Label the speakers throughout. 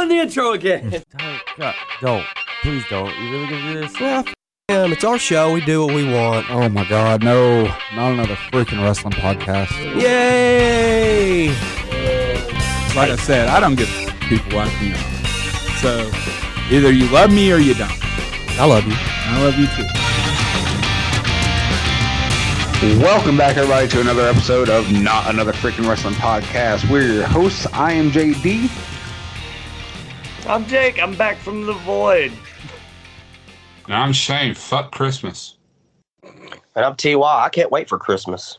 Speaker 1: the intro again.
Speaker 2: Don't, God, don't. Please don't. You really gonna do this?
Speaker 3: Yeah, f- him. It's our show. We do what we want.
Speaker 4: Oh my God, no! Not another freaking wrestling podcast.
Speaker 3: Yay!
Speaker 4: Like I said, I don't give a f- people like me. So either you love me or you don't.
Speaker 3: I love you.
Speaker 4: I love you too.
Speaker 5: Welcome back, everybody, to another episode of Not Another Freaking Wrestling Podcast. We're your hosts. I am JD.
Speaker 1: I'm Jake. I'm back from the void.
Speaker 6: And I'm Shane. Fuck Christmas.
Speaker 7: And I'm TY. I can't wait for Christmas.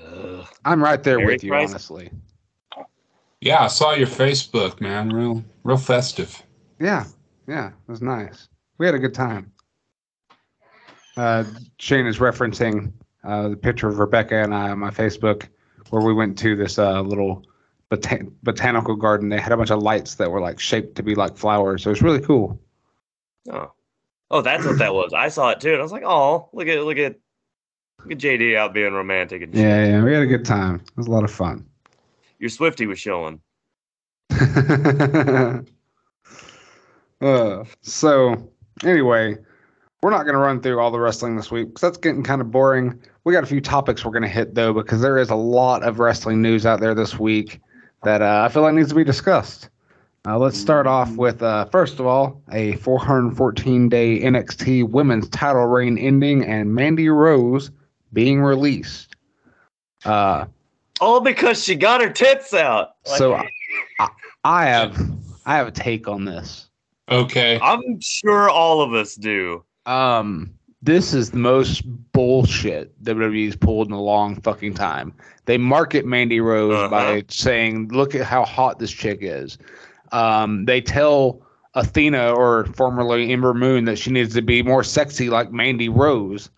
Speaker 1: Ugh.
Speaker 5: I'm right there
Speaker 1: Merry
Speaker 5: with you,
Speaker 1: Christmas.
Speaker 5: honestly.
Speaker 6: Yeah, I saw your Facebook, man. Real, real festive.
Speaker 5: Yeah, yeah, it was nice. We had a good time. Uh, Shane is referencing uh, the picture of Rebecca and I on my Facebook, where we went to this uh, little botan- botanical garden. They had a bunch of lights that were like shaped to be like flowers. It was really cool.
Speaker 1: Oh. oh, that's what that was. I saw it too, and I was like, "Oh, look at look at look at JD out being romantic." And shit.
Speaker 5: Yeah, yeah, we had a good time. It was a lot of fun.
Speaker 1: your Swifty was showing.
Speaker 5: uh, so anyway, we're not going to run through all the wrestling this week because that's getting kind of boring. We got a few topics we're going to hit though because there is a lot of wrestling news out there this week that uh, I feel like needs to be discussed. Uh, let's start off with uh, first of all a 414 day NXT Women's Title reign ending and Mandy Rose being released. Uh,
Speaker 1: All because she got her tits out. Like,
Speaker 5: so I, I, I have I have a take on this.
Speaker 6: Okay.
Speaker 1: I'm sure all of us do.
Speaker 5: Um, this is the most bullshit WWE's pulled in a long fucking time. They market Mandy Rose
Speaker 1: Uh-huh.
Speaker 5: by saying, "Look at how hot this chick is." Um, they tell Athena or formerly Ember Moon that she needs to be more sexy like Mandy Rose,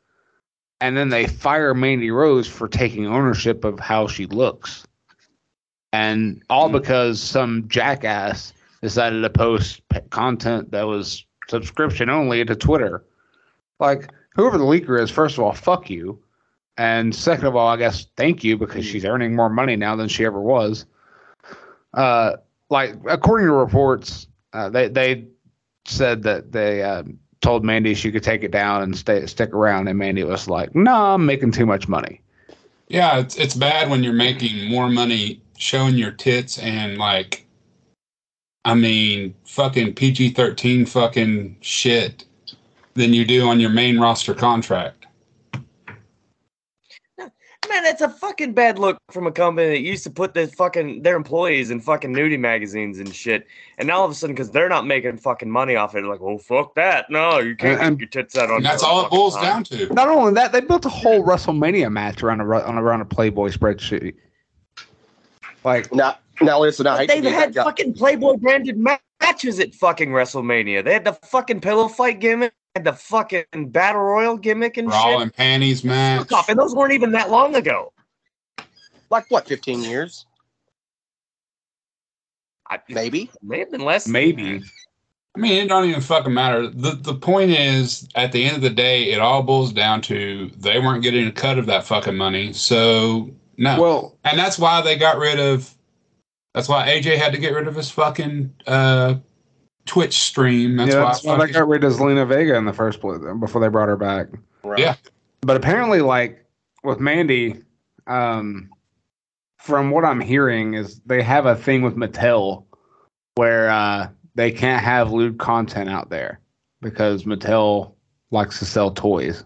Speaker 5: and then they fire Mandy Rose for taking ownership of how she looks, and all because some jackass decided to post p- content that was subscription only to Twitter. Like whoever the leaker is, first of all, fuck you, and second of all, I guess thank you
Speaker 6: Mm.
Speaker 5: because she's earning more money now than she ever was. Uh, like according to reports, uh, they they said that they uh, told Mandy she could take it down and stay stick around, and Mandy was like, "No, I'm making too much money."
Speaker 6: Yeah, it's it's bad when you're making more money showing your tits and like, I mean, fucking PG thirteen fucking shit than you do on your main roster contract.
Speaker 1: Man, that's a fucking bad look from a company that used to put their fucking their employees in fucking nudie magazines and shit. And now all of a sudden, because they're not making fucking money off it, they're like, "Well, fuck that! No, you can't
Speaker 5: And-
Speaker 1: keep your tits out on."
Speaker 6: And that's
Speaker 1: your
Speaker 6: all it
Speaker 1: fucking
Speaker 6: boils
Speaker 1: time."
Speaker 6: down to.
Speaker 5: Not only that, they built a whole WrestleMania match around a ru- on around a Playboy spreadsheet. Like,
Speaker 7: Now, now listen, I hate to
Speaker 1: They've
Speaker 7: be that
Speaker 1: had
Speaker 7: guy.
Speaker 1: fucking Playboy branded ma- matches at fucking WrestleMania. They had the fucking pillow fight gimmick, had the fucking battle royal gimmick and
Speaker 6: Raw
Speaker 1: shit.
Speaker 6: and panties match.
Speaker 1: Fuck off, and those weren't even that long ago.
Speaker 7: like what, 15 years?
Speaker 1: I, it
Speaker 7: Maybe.
Speaker 1: may have been less. than
Speaker 5: maybe.
Speaker 6: I mean, it don't even fucking matter. The the point is, at the end of the day, it all boils down to they weren't getting a cut of that fucking money. So no,
Speaker 5: Well,
Speaker 6: and that's why they got rid of. That's why AJ had to get rid of his fucking uh, Twitch stream. That's
Speaker 5: yeah,
Speaker 6: why.
Speaker 5: that's why they
Speaker 6: fucking-
Speaker 5: got rid of Zelina Vega in the first place before they brought her back.
Speaker 7: Right.
Speaker 6: Yeah.
Speaker 5: But apparently, like with Mandy, um, from what I'm hearing, is they have a thing with Mattel where uh, they can't have lewd content out there because Mattel likes to sell toys.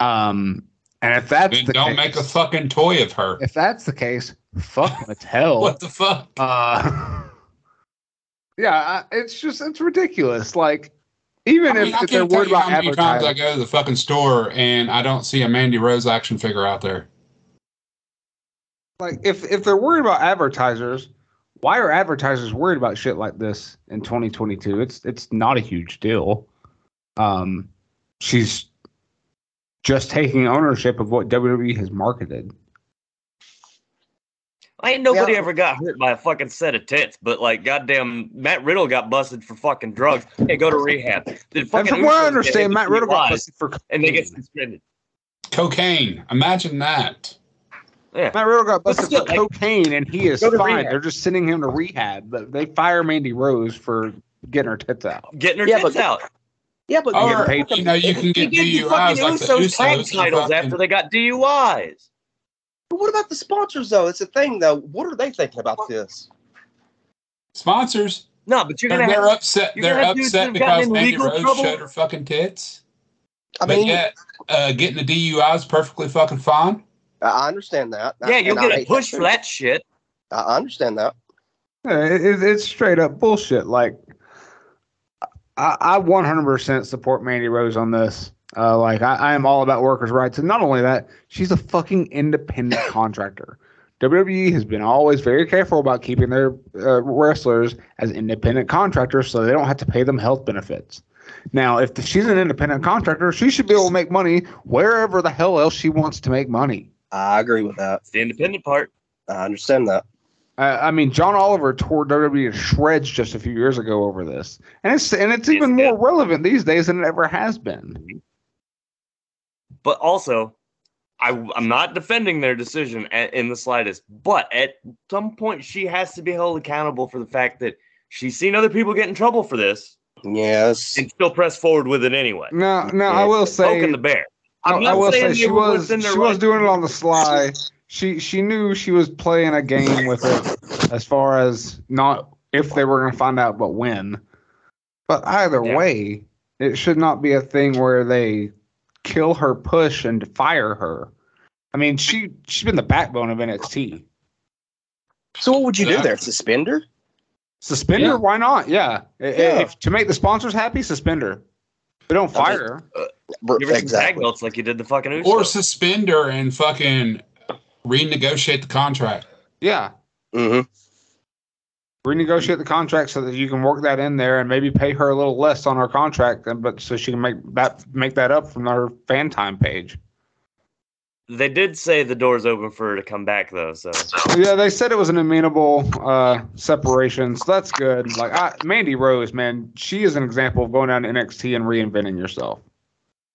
Speaker 5: Um, and if that's
Speaker 6: Then
Speaker 5: the
Speaker 6: don't
Speaker 5: case,
Speaker 6: make a fucking toy of her.
Speaker 5: if that's the case, fuck Mattel.
Speaker 6: What the fuck?
Speaker 5: Uh, yeah, I- it's just it's ridiculous. Like, even
Speaker 6: I
Speaker 5: if,
Speaker 6: mean, I
Speaker 5: if they're
Speaker 6: can't tell
Speaker 5: worried
Speaker 6: you
Speaker 5: about
Speaker 6: how many times I
Speaker 5: advertising,
Speaker 6: go to the fucking store and I don't see a Mandy Rose action figure out there.
Speaker 5: like if if they're worried about advertisers, why are advertisers worried about shit like this in 2022? It's it's not a huge deal. Um, she's just taking ownership of what WWE has marketed.
Speaker 1: I ain't nobody
Speaker 7: Yeah.
Speaker 1: ever got hurt by a fucking set of tits, but like, goddamn, Matt Riddle got busted for fucking drugs. Hey, go to rehab. The
Speaker 5: And
Speaker 1: fucking
Speaker 5: from what
Speaker 1: Usos
Speaker 5: I
Speaker 1: get
Speaker 5: understand,
Speaker 1: hit
Speaker 5: Matt
Speaker 1: with
Speaker 5: Riddle got
Speaker 1: lies,
Speaker 5: busted for
Speaker 1: and they get
Speaker 5: cocaine.
Speaker 1: suspended.
Speaker 6: Cocaine. Imagine that.
Speaker 1: Yeah.
Speaker 5: Matt Riddle got busted
Speaker 1: still,
Speaker 5: for
Speaker 1: like,
Speaker 5: cocaine, and he is
Speaker 1: go to
Speaker 5: fine.
Speaker 1: rehab.
Speaker 5: They're just sending him to rehab. But they fire Mandy Rose for getting her tits out.
Speaker 1: Getting her
Speaker 7: Yeah,
Speaker 1: tits
Speaker 7: but-
Speaker 1: out.
Speaker 7: Yeah, but
Speaker 5: Oh,
Speaker 7: you
Speaker 5: getting
Speaker 6: Or,
Speaker 5: paid-
Speaker 6: you know, you can
Speaker 1: He
Speaker 6: get
Speaker 1: gave the
Speaker 6: DUIs
Speaker 1: fucking
Speaker 6: like the
Speaker 1: Usos tag
Speaker 6: Usos. and
Speaker 1: titles after
Speaker 6: fucking-
Speaker 1: they got DUIs.
Speaker 7: But what about the sponsors though? It's a thing though. What are they thinking about this?
Speaker 6: Sponsors,
Speaker 1: No, but you're
Speaker 6: they're,
Speaker 1: gonna
Speaker 6: they're
Speaker 1: have.
Speaker 6: upset.
Speaker 1: you're
Speaker 6: They're
Speaker 1: gonna have dudes
Speaker 6: upset
Speaker 1: that have gotten
Speaker 6: because
Speaker 1: in
Speaker 6: Mandy
Speaker 1: legal
Speaker 6: Rose
Speaker 1: trouble.
Speaker 6: showed her fucking tits.
Speaker 7: I
Speaker 6: but
Speaker 7: mean,
Speaker 6: yet, uh, getting a DUI is perfectly fucking fine.
Speaker 7: I I understand that.
Speaker 1: Yeah, you'll
Speaker 7: And I
Speaker 1: get a
Speaker 7: hate
Speaker 1: push
Speaker 7: too.
Speaker 1: for that shit.
Speaker 7: I I understand that.
Speaker 5: Yeah, it, it- it's straight up bullshit. Like, I, I 100% support Mandy Rose on this. Uh, like, I, I am all about workers' rights. And not only that, she's a fucking independent contractor. WWE has been always very careful about keeping their uh, wrestlers as independent contractors so they don't have to pay them health benefits. Now, if she's an independent contractor, she should be able to make money wherever the hell else she wants to make money.
Speaker 7: I agree with that.
Speaker 1: It's the independent part.
Speaker 7: I understand that.
Speaker 5: Uh, I mean, John Oliver tore WWE to E shreds just a few years ago over this, and it's and it's even
Speaker 1: Yes,
Speaker 5: more relevant these days than it ever has been.
Speaker 1: But also, I, I'm not defending their decision a in the slightest. But at some point, she has to be held accountable for the fact that she's seen other people get in trouble for this
Speaker 7: Yes.
Speaker 1: and still press forward with it anyway.
Speaker 5: Now, now I
Speaker 7: Yeah,
Speaker 5: will
Speaker 1: Poking
Speaker 5: say,
Speaker 1: the bear.
Speaker 5: I,
Speaker 1: I'm
Speaker 5: I
Speaker 1: not
Speaker 5: will
Speaker 1: saying
Speaker 5: say
Speaker 1: they
Speaker 5: she
Speaker 1: were
Speaker 5: was she
Speaker 1: within their
Speaker 5: was
Speaker 1: right.
Speaker 5: doing it on the sly. She she knew she was playing a game with it as far as not if they were going to find out, but when. But either
Speaker 1: Yeah.
Speaker 5: way, it should not be a thing where they kill her push and fire her. I mean, she she's been the backbone of NXT.
Speaker 7: So what would you do there? Suspend her?
Speaker 5: Suspender?
Speaker 6: Yeah.
Speaker 5: Why not? Yeah. I- I-
Speaker 7: Yeah.
Speaker 5: If, to make the sponsors happy, suspender. They don't
Speaker 7: I mean-
Speaker 5: fire. her.
Speaker 7: Br-
Speaker 1: Give her some tag
Speaker 7: Exactly.
Speaker 1: belts like you did the fucking Usos.
Speaker 6: Or suspend her and fucking renegotiate the contract.
Speaker 5: yeah.
Speaker 7: hmm
Speaker 5: Renegotiate the contract so that you can work that in there and maybe pay her a little less on her contract, and- but so she can make that make that up from her fan time page.
Speaker 1: They did say the door's open for her to come back though, so
Speaker 5: Yeah, they said it was an amenable uh, separation, so that's good. Like I, Mandy Rose, man, she is an example of going down to NXT and reinventing yourself.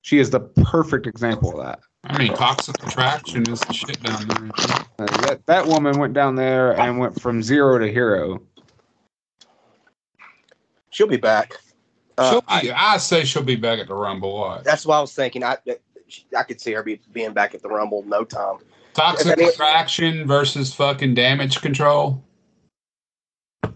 Speaker 5: She is the perfect example of that.
Speaker 6: I mean, toxic attraction is the shit down there.
Speaker 5: Uh, that that woman went down there and went from zero to hero.
Speaker 7: She'll be back. Uh,
Speaker 6: she'll
Speaker 7: I-
Speaker 6: be, I, say she'll be back at the Rumble. What?
Speaker 7: that's what I was thinking. I I could see her be, being back at the Rumble in no time.
Speaker 6: Toxic
Speaker 7: I mean-
Speaker 6: attraction versus fucking damage control.
Speaker 7: I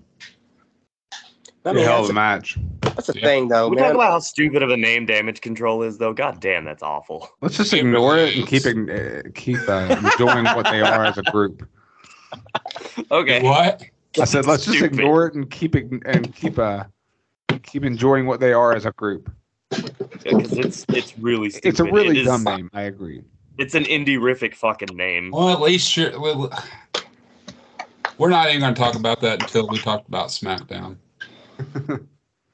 Speaker 7: mean,
Speaker 5: hell of a
Speaker 7: that's, a,
Speaker 5: match.
Speaker 7: that's a
Speaker 6: Yeah.
Speaker 7: thing though,
Speaker 1: we
Speaker 7: man.
Speaker 1: talk about how stupid of a name damage control is though. God damn, that's awful.
Speaker 5: Let's just
Speaker 6: It
Speaker 5: ignore
Speaker 6: really
Speaker 5: it and keep
Speaker 6: is.
Speaker 5: ign- uh, keep uh, enjoying what they are as a group.
Speaker 1: Okay.
Speaker 6: What?
Speaker 5: I said let's just
Speaker 1: Stupid.
Speaker 5: ignore it and keep ign- and keep uh keep enjoying what they are as a group.
Speaker 1: Because it's it's really stupid.
Speaker 5: It's a
Speaker 1: It
Speaker 5: really
Speaker 1: is-
Speaker 5: dumb name. I agree.
Speaker 1: It's an indie rific fucking name.
Speaker 6: Well, at least you're. well, We're not even going to talk about that until we talk about SmackDown.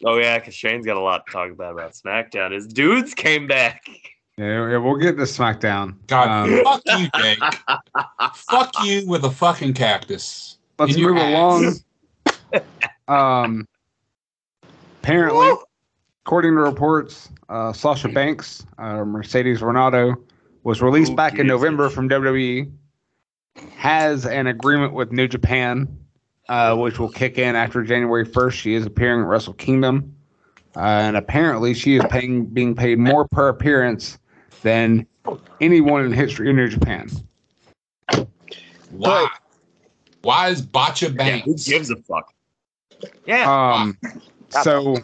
Speaker 1: Oh yeah, because Shane's got a lot to talk about about SmackDown. His dudes came back.
Speaker 5: Yeah, yeah, we'll get to SmackDown.
Speaker 6: God,
Speaker 5: Um,
Speaker 6: fuck you, Jake. fuck you with a fucking cactus.
Speaker 5: let's
Speaker 6: in your
Speaker 5: move
Speaker 6: ass.
Speaker 5: along. Um, apparently,
Speaker 1: Woo! Hmm.
Speaker 5: according to reports, uh, Sasha Banks, uh, Mercedes Renato, was released
Speaker 1: Who
Speaker 5: back in
Speaker 1: gives a
Speaker 5: November
Speaker 1: shit?
Speaker 5: from WWE. Has an agreement with New Japan, uh, which will kick in after January 1st. She is appearing at Wrestle Kingdom, uh, and apparently she is paying being paid more per appearance than anyone in the history of New Japan.
Speaker 6: Why? Why is Botcha
Speaker 1: Yeah, who
Speaker 6: Banks?
Speaker 1: gives a fuck? Yeah.
Speaker 5: Um, so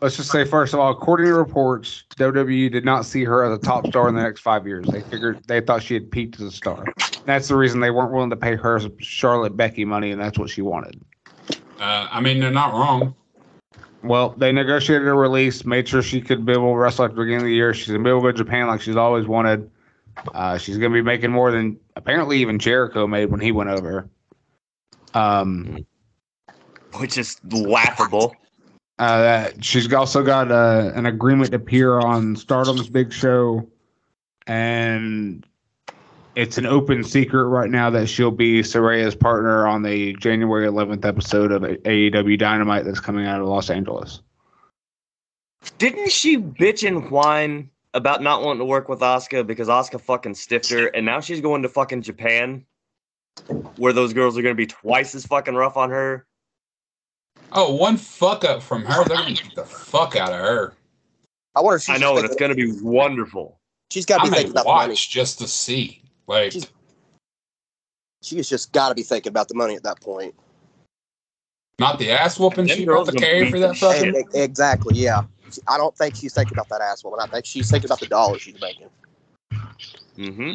Speaker 5: let's just say first of all, according to reports, WWE did not see her as a top star in the next five years. They figured they thought she had peaked as a star. That's the reason they weren't willing to pay her Charlotte Becky money, and that's what she wanted.
Speaker 6: Uh, I mean, they're not wrong.
Speaker 5: Well, they negotiated a release, made sure she could be able to wrestle at the beginning of the year. She's gonna be able to go to Japan like she's always wanted. Uh, she's gonna be making more than apparently even Jericho made when he went over. Um,
Speaker 1: Which is laughable.
Speaker 5: Uh, that- she's also got uh, an agreement to appear on Stardom's Big Show, and it's an open secret right now that she'll be Soraya's partner on the January 11th episode of E AEW Dynamite that's coming out of Los Angeles.
Speaker 1: Didn't she bitch and whine about not wanting to work with Asuka because Asuka fucking stiffed her, and now she's going to fucking Japan, where those girls are gonna be twice as fucking rough on her.
Speaker 6: Oh, one fuck up from her. They're gonna get the fuck out of her.
Speaker 7: I wonder. If she's
Speaker 1: I know, and
Speaker 7: Thinking,
Speaker 1: it's gonna be wonderful.
Speaker 7: she's got
Speaker 6: I
Speaker 7: to be
Speaker 6: may
Speaker 7: thinking about the money.
Speaker 6: watch just to see. Like,
Speaker 7: She's- She's just got to be thinking about the money at that point.
Speaker 6: not the ass whooping
Speaker 1: Them
Speaker 6: she
Speaker 1: girls
Speaker 6: got to
Speaker 1: gonna
Speaker 6: carry
Speaker 1: beat
Speaker 6: for
Speaker 1: the
Speaker 6: that fucking.
Speaker 7: E- e- Exactly. Yeah. She- I don't think she's thinking about that ass woman. I think she's thinking about the dollars she's making.
Speaker 1: Mm-hmm.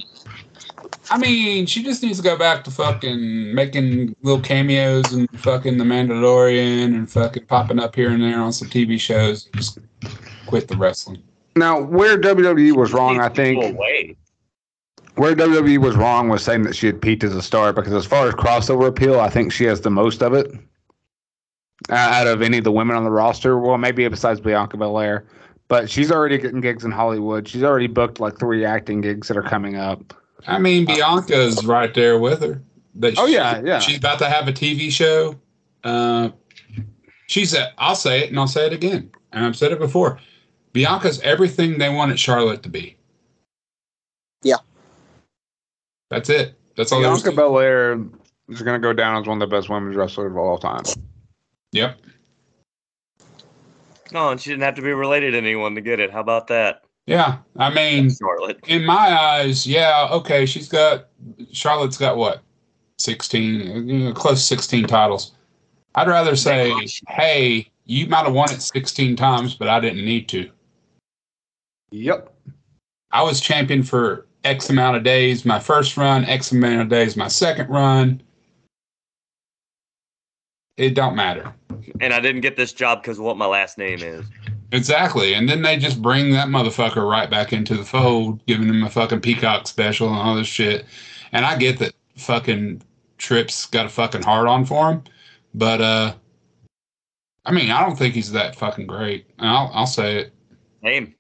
Speaker 6: I mean, she just needs to go back to fucking making little cameos and fucking The Mandalorian and fucking popping up here and there on some TV shows. And just quit the wrestling.
Speaker 5: Now, where WWE was wrong, I
Speaker 1: Go
Speaker 5: think,
Speaker 1: away.
Speaker 5: where WWE was wrong was saying that she had peaked as a star because, as far as crossover appeal, I think she has the most of it uh, out of any of the women on the roster. Well, maybe besides Bianca Belair, but she's already getting gigs in Hollywood. She's already booked like three acting gigs that are coming up.
Speaker 6: I mean, Bianca's right there with her. But
Speaker 5: Oh, yeah, yeah.
Speaker 6: She's about to have a TV show. Uh, she's a. I'll say it, and I'll say it again. And I've said it before. Bianca's everything they wanted Charlotte to be.
Speaker 7: Yeah.
Speaker 6: That's it. That's all. there's
Speaker 5: Bianca
Speaker 6: to-
Speaker 5: Belair is going to go down as one of the best women's wrestlers of all time.
Speaker 6: Yep.
Speaker 1: No, and she didn't have to be related to anyone to get it. How about that,
Speaker 6: Yeah. I mean,
Speaker 1: Charlotte?
Speaker 6: in my eyes, yeah, okay, she's got Charlotte's got what? 16, you know, close to 16 titles. I'd rather say, hey, you might have won it 16 times, but I didn't need to.
Speaker 5: Yep.
Speaker 6: I was champion for X amount of days, my first run, X amount of days, my second run. It don't matter.
Speaker 1: And I didn't get this job because what my last name is.
Speaker 6: Exactly. And then they just bring that motherfucker right back into the fold, giving him a fucking peacock special and all this shit. And I get that fucking Tripp's got a fucking hard on for him, but uh I mean, I don't think he's that fucking great. And I'll I'll say it.
Speaker 1: Name.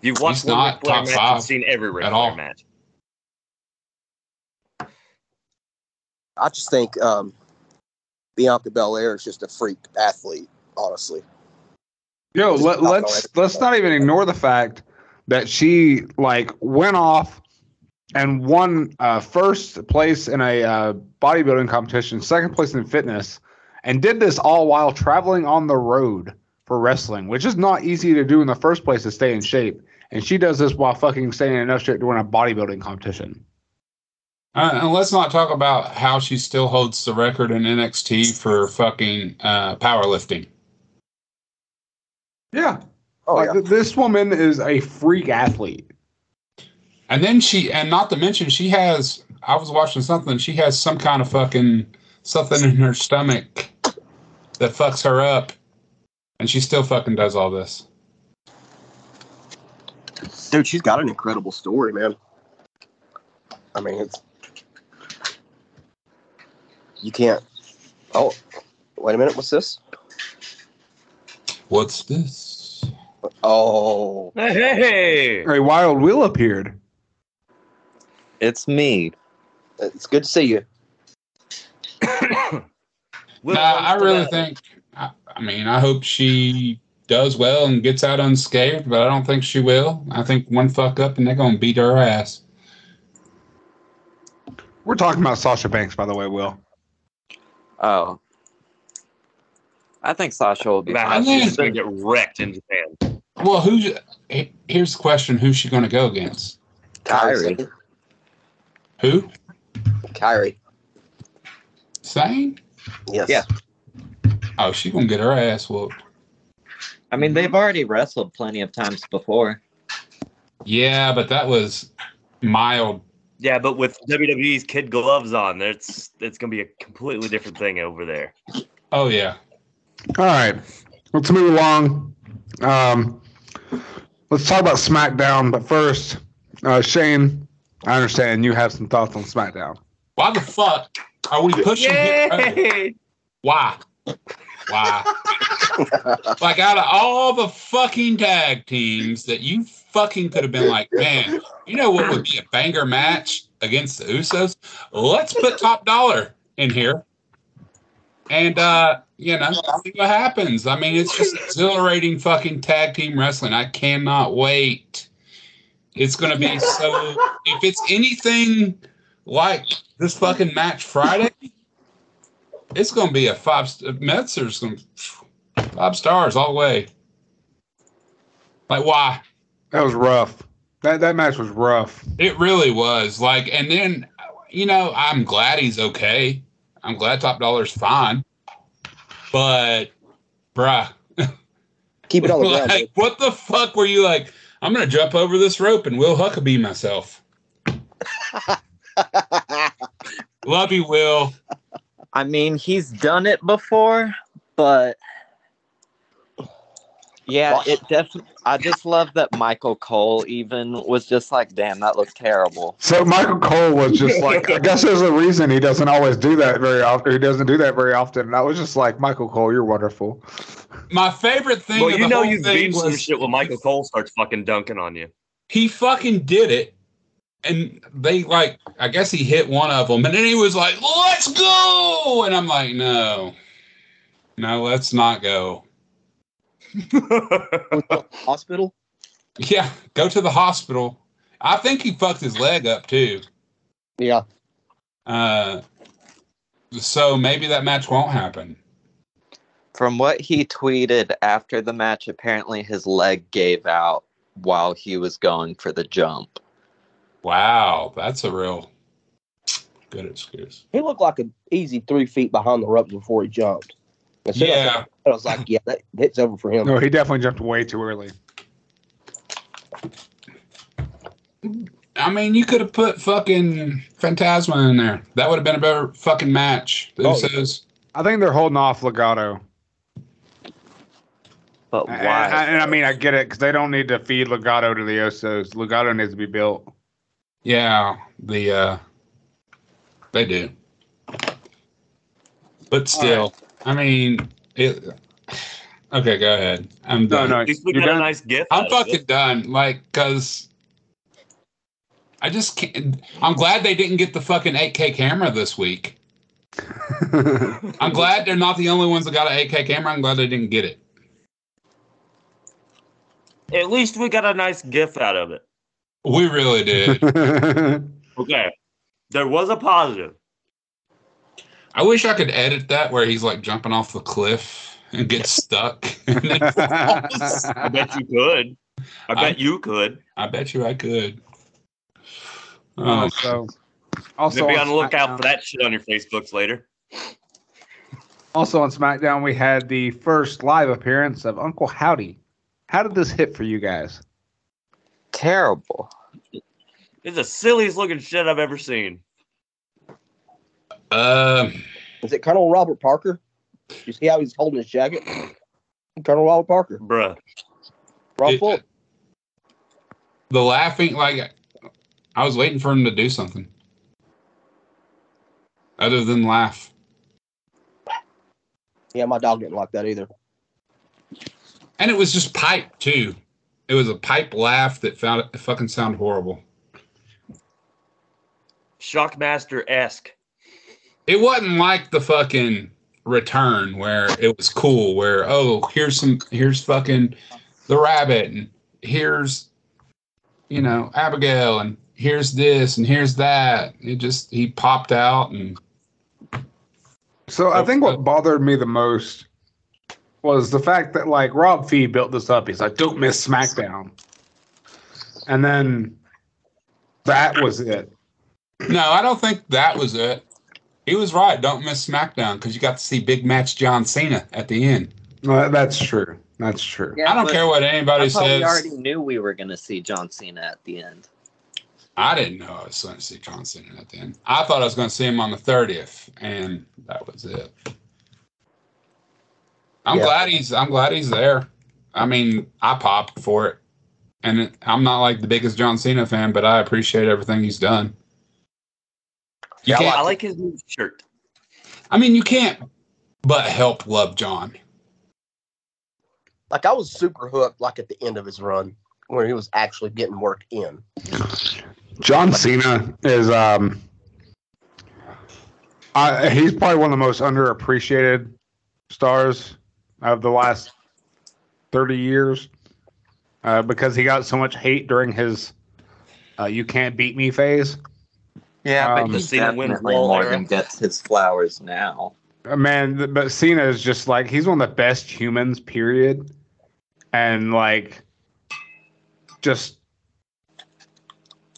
Speaker 1: You've watched
Speaker 6: He's
Speaker 1: one Ric
Speaker 6: not
Speaker 1: Flair
Speaker 6: top
Speaker 1: match
Speaker 6: five
Speaker 1: and seen every Ric
Speaker 6: at
Speaker 1: Flair
Speaker 6: all.
Speaker 1: match.
Speaker 7: I just think um, Bianca Belair is just a freak athlete. Honestly,
Speaker 5: Yo,
Speaker 7: Just
Speaker 5: let,
Speaker 7: not
Speaker 5: let's
Speaker 7: going.
Speaker 5: let's not even ignore the fact that she like went off and won uh, first place in a uh, bodybuilding competition, second place in fitness, and did this all while traveling on the road for wrestling, which is not easy to do in the first place to stay in shape. And she does this while fucking staying in enough shape to win a bodybuilding competition.
Speaker 6: Uh, and let's not talk about how she still holds the record in NXT for fucking uh, powerlifting.
Speaker 5: Yeah,
Speaker 7: oh
Speaker 5: like
Speaker 7: yeah,
Speaker 5: th- this woman is a freak athlete.
Speaker 6: And then she, and not to mention, she has. I was watching something. She has some kind of fucking something in her stomach that fucks her up, and she still fucking does all this.
Speaker 7: dude, she's got an incredible story, man. I mean, it's you can't. Oh, wait a minute. What's this?
Speaker 6: What's this?
Speaker 7: Oh,
Speaker 1: Hey, hey, hey.
Speaker 5: A wild wheel appeared.
Speaker 8: It's me.
Speaker 7: it's good to see you.
Speaker 1: Will
Speaker 6: nah,
Speaker 1: wants
Speaker 6: I
Speaker 1: to
Speaker 6: really
Speaker 1: know.
Speaker 6: think. I, I mean, I hope she does well and gets out unscathed, but I don't think she will. I think one fuck up and they're gonna beat her ass.
Speaker 5: We're talking about Sasha Banks, by the way, Will.
Speaker 8: Oh. I think Sasha will be
Speaker 1: about
Speaker 8: fine.
Speaker 1: how
Speaker 6: I
Speaker 1: she's
Speaker 6: think-
Speaker 1: just gonna get wrecked in Japan.
Speaker 6: Well, who? he- Here's the question: Who's she gonna go against?
Speaker 8: Kyrie.
Speaker 6: Who?
Speaker 7: Kyrie.
Speaker 6: Sane?
Speaker 7: Yes.
Speaker 8: Yeah.
Speaker 6: Oh, she gonna get her ass whooped.
Speaker 8: I mean, they've already wrestled plenty of times before.
Speaker 6: Yeah, but that was mild.
Speaker 1: Yeah, but with WWE's kid gloves on, that's it's gonna be a completely different thing over there.
Speaker 6: Oh yeah.
Speaker 5: All right, let's move along. Um, let's talk about SmackDown, but first, uh, Shane, I understand you have some thoughts on SmackDown.
Speaker 6: Why the fuck are we pushing him? over?
Speaker 1: Yay!
Speaker 6: Why? Why? like out of all the fucking tag teams that you fucking could have been like, man, you know what would be a banger match against the Usos? Let's put top dollar in here. And uh, you know, see what happens. I mean, it's just exhilarating fucking tag team wrestling. I cannot wait. It's gonna be so if it's anything like this fucking match Friday, it's gonna be a five st- Metzer's gonna five stars all the way. Like why?
Speaker 5: That was rough. That that match was rough.
Speaker 6: It really was. Like, and then, you know, I'm glad he's okay. I'm glad Top Dollar's fine. But, bruh,
Speaker 7: Keep it on the ground.
Speaker 6: like, what the fuck were you like? I'm going to jump over this rope and Will Huckabee myself.
Speaker 7: dude.
Speaker 6: Love you, Will.
Speaker 8: I mean, he's done it before, but yeah, it definitely. I just love that Michael Cole even was just like, "Damn, that looked terrible."
Speaker 5: So Michael Cole was just like, I guess there's a reason he doesn't always do that very often. He doesn't do that very often. And I was just like, Michael Cole, you're wonderful.
Speaker 6: My favorite thing
Speaker 1: Well,
Speaker 6: of
Speaker 1: you
Speaker 6: the
Speaker 1: know
Speaker 6: whole
Speaker 1: you've
Speaker 6: thing
Speaker 1: beat some
Speaker 6: was
Speaker 1: shit when Michael Cole starts fucking dunking on you.
Speaker 6: he fucking did it. And they like, I guess he hit one of them, and then he was like, "Let's go!" And I'm like, "No, no, let's not go."
Speaker 7: Hospital?
Speaker 6: Yeah, go to the hospital. I think he fucked his leg up too.
Speaker 7: Yeah.
Speaker 6: Uh, so maybe that match won't happen.
Speaker 8: From what he tweeted after the match, apparently his leg gave out while he was going for the jump.
Speaker 6: Wow, that's a real good excuse.
Speaker 7: He looked like an easy three feet behind the ropes before he jumped. As soon as I
Speaker 6: Yeah,
Speaker 7: I was like, yeah, that, that's over for him.
Speaker 5: No, he definitely jumped way too early.
Speaker 6: I mean, you could have put fucking Phantasma in there. That would have been a better fucking match. The
Speaker 7: Oh,
Speaker 6: Usos.
Speaker 5: I think they're holding off Legato.
Speaker 8: But
Speaker 5: And,
Speaker 8: why?
Speaker 5: and- and I mean, I get it because they don't need to feed Legato to the Osos. Legato needs to be built.
Speaker 6: Yeah, the uh, they do. But still, I mean, it. Okay, go ahead. I'm
Speaker 5: No,
Speaker 6: done.
Speaker 5: no,
Speaker 1: At least we
Speaker 5: you're
Speaker 1: got a
Speaker 5: done.
Speaker 1: nice gift. out
Speaker 6: I'm
Speaker 1: of it.
Speaker 6: fucking done. Like, cause I just can't. I'm glad they didn't get the fucking 8K camera this week. I'm glad they're not the only ones that got an 8K camera. I'm glad they didn't get it.
Speaker 1: At least we got a nice gift out of it.
Speaker 6: We really did.
Speaker 1: Okay. There was a positive.
Speaker 6: I wish I could edit that where he's like jumping off the cliff and gets stuck. and then falls.
Speaker 1: I bet you could. I bet
Speaker 6: I-
Speaker 1: you could.
Speaker 6: I bet you I could.
Speaker 5: Uh,
Speaker 6: Um,
Speaker 5: so,
Speaker 1: So
Speaker 5: also
Speaker 1: Oh. be on the
Speaker 5: SmackDown-
Speaker 1: lookout for that shit on your Facebooks later.
Speaker 5: Also on SmackDown, we had the first live appearance of Uncle Howdy. How did this hit for you guys?
Speaker 8: Terrible.
Speaker 1: It's the silliest looking shit I've ever seen.
Speaker 6: um,
Speaker 7: Is it Colonel Robert Parker? You see how he's holding his jacket? Colonel Robert Parker.
Speaker 1: Bruh.
Speaker 7: Rob
Speaker 6: It-
Speaker 7: Fuller.
Speaker 6: the laughing like I was waiting for him to do something other than laugh.
Speaker 7: Yeah, my dog didn't like that either.
Speaker 6: And it was just pipe too. It was a pipe laugh that found it fucking sound horrible.
Speaker 1: Shockmaster esque.
Speaker 6: It wasn't like the fucking return where it was cool where oh here's some here's fucking the rabbit and here's you know Abigail and here's this and here's that. It just he popped out and
Speaker 5: So I think what bothered me the most was the fact that like Rob Fee built this up. He's like, "Don't miss SmackDown," and then that was it.
Speaker 6: No, I don't think that was it. He was right. Don't miss SmackDown because you got to see big match John Cena at the end.
Speaker 5: No, that's true. That's true.
Speaker 8: Yeah,
Speaker 6: I don't care what anybody
Speaker 8: I thought
Speaker 6: says.
Speaker 8: we already knew we were going to see John Cena at the end.
Speaker 6: I didn't know I was going to see John Cena at the end. I thought I was going to see him on the 30th, and that was it. I'm
Speaker 7: Yeah.
Speaker 6: glad he's. I'm glad he's there. I mean, I popped for it, and it, I'm not like the biggest John Cena fan, but I appreciate everything he's done. You
Speaker 7: Yeah, I
Speaker 6: can't-
Speaker 1: I like his new shirt.
Speaker 6: I mean, you can't but help love John.
Speaker 7: Like I was super hooked like at the end of his run where he was actually getting worked in.
Speaker 5: John Cena is um I, he's probably one of the most underappreciated stars of the last 30 years uh, because he got so much hate during his uh, you can't beat me phase.
Speaker 8: Yeah,
Speaker 5: Um,
Speaker 8: but he's
Speaker 1: Cena wins
Speaker 8: definitely
Speaker 1: Wall
Speaker 8: more
Speaker 1: era.
Speaker 8: than gets his flowers now.
Speaker 5: Uh, Man, th- but Cena is just like he's one of the best humans, period. And like, just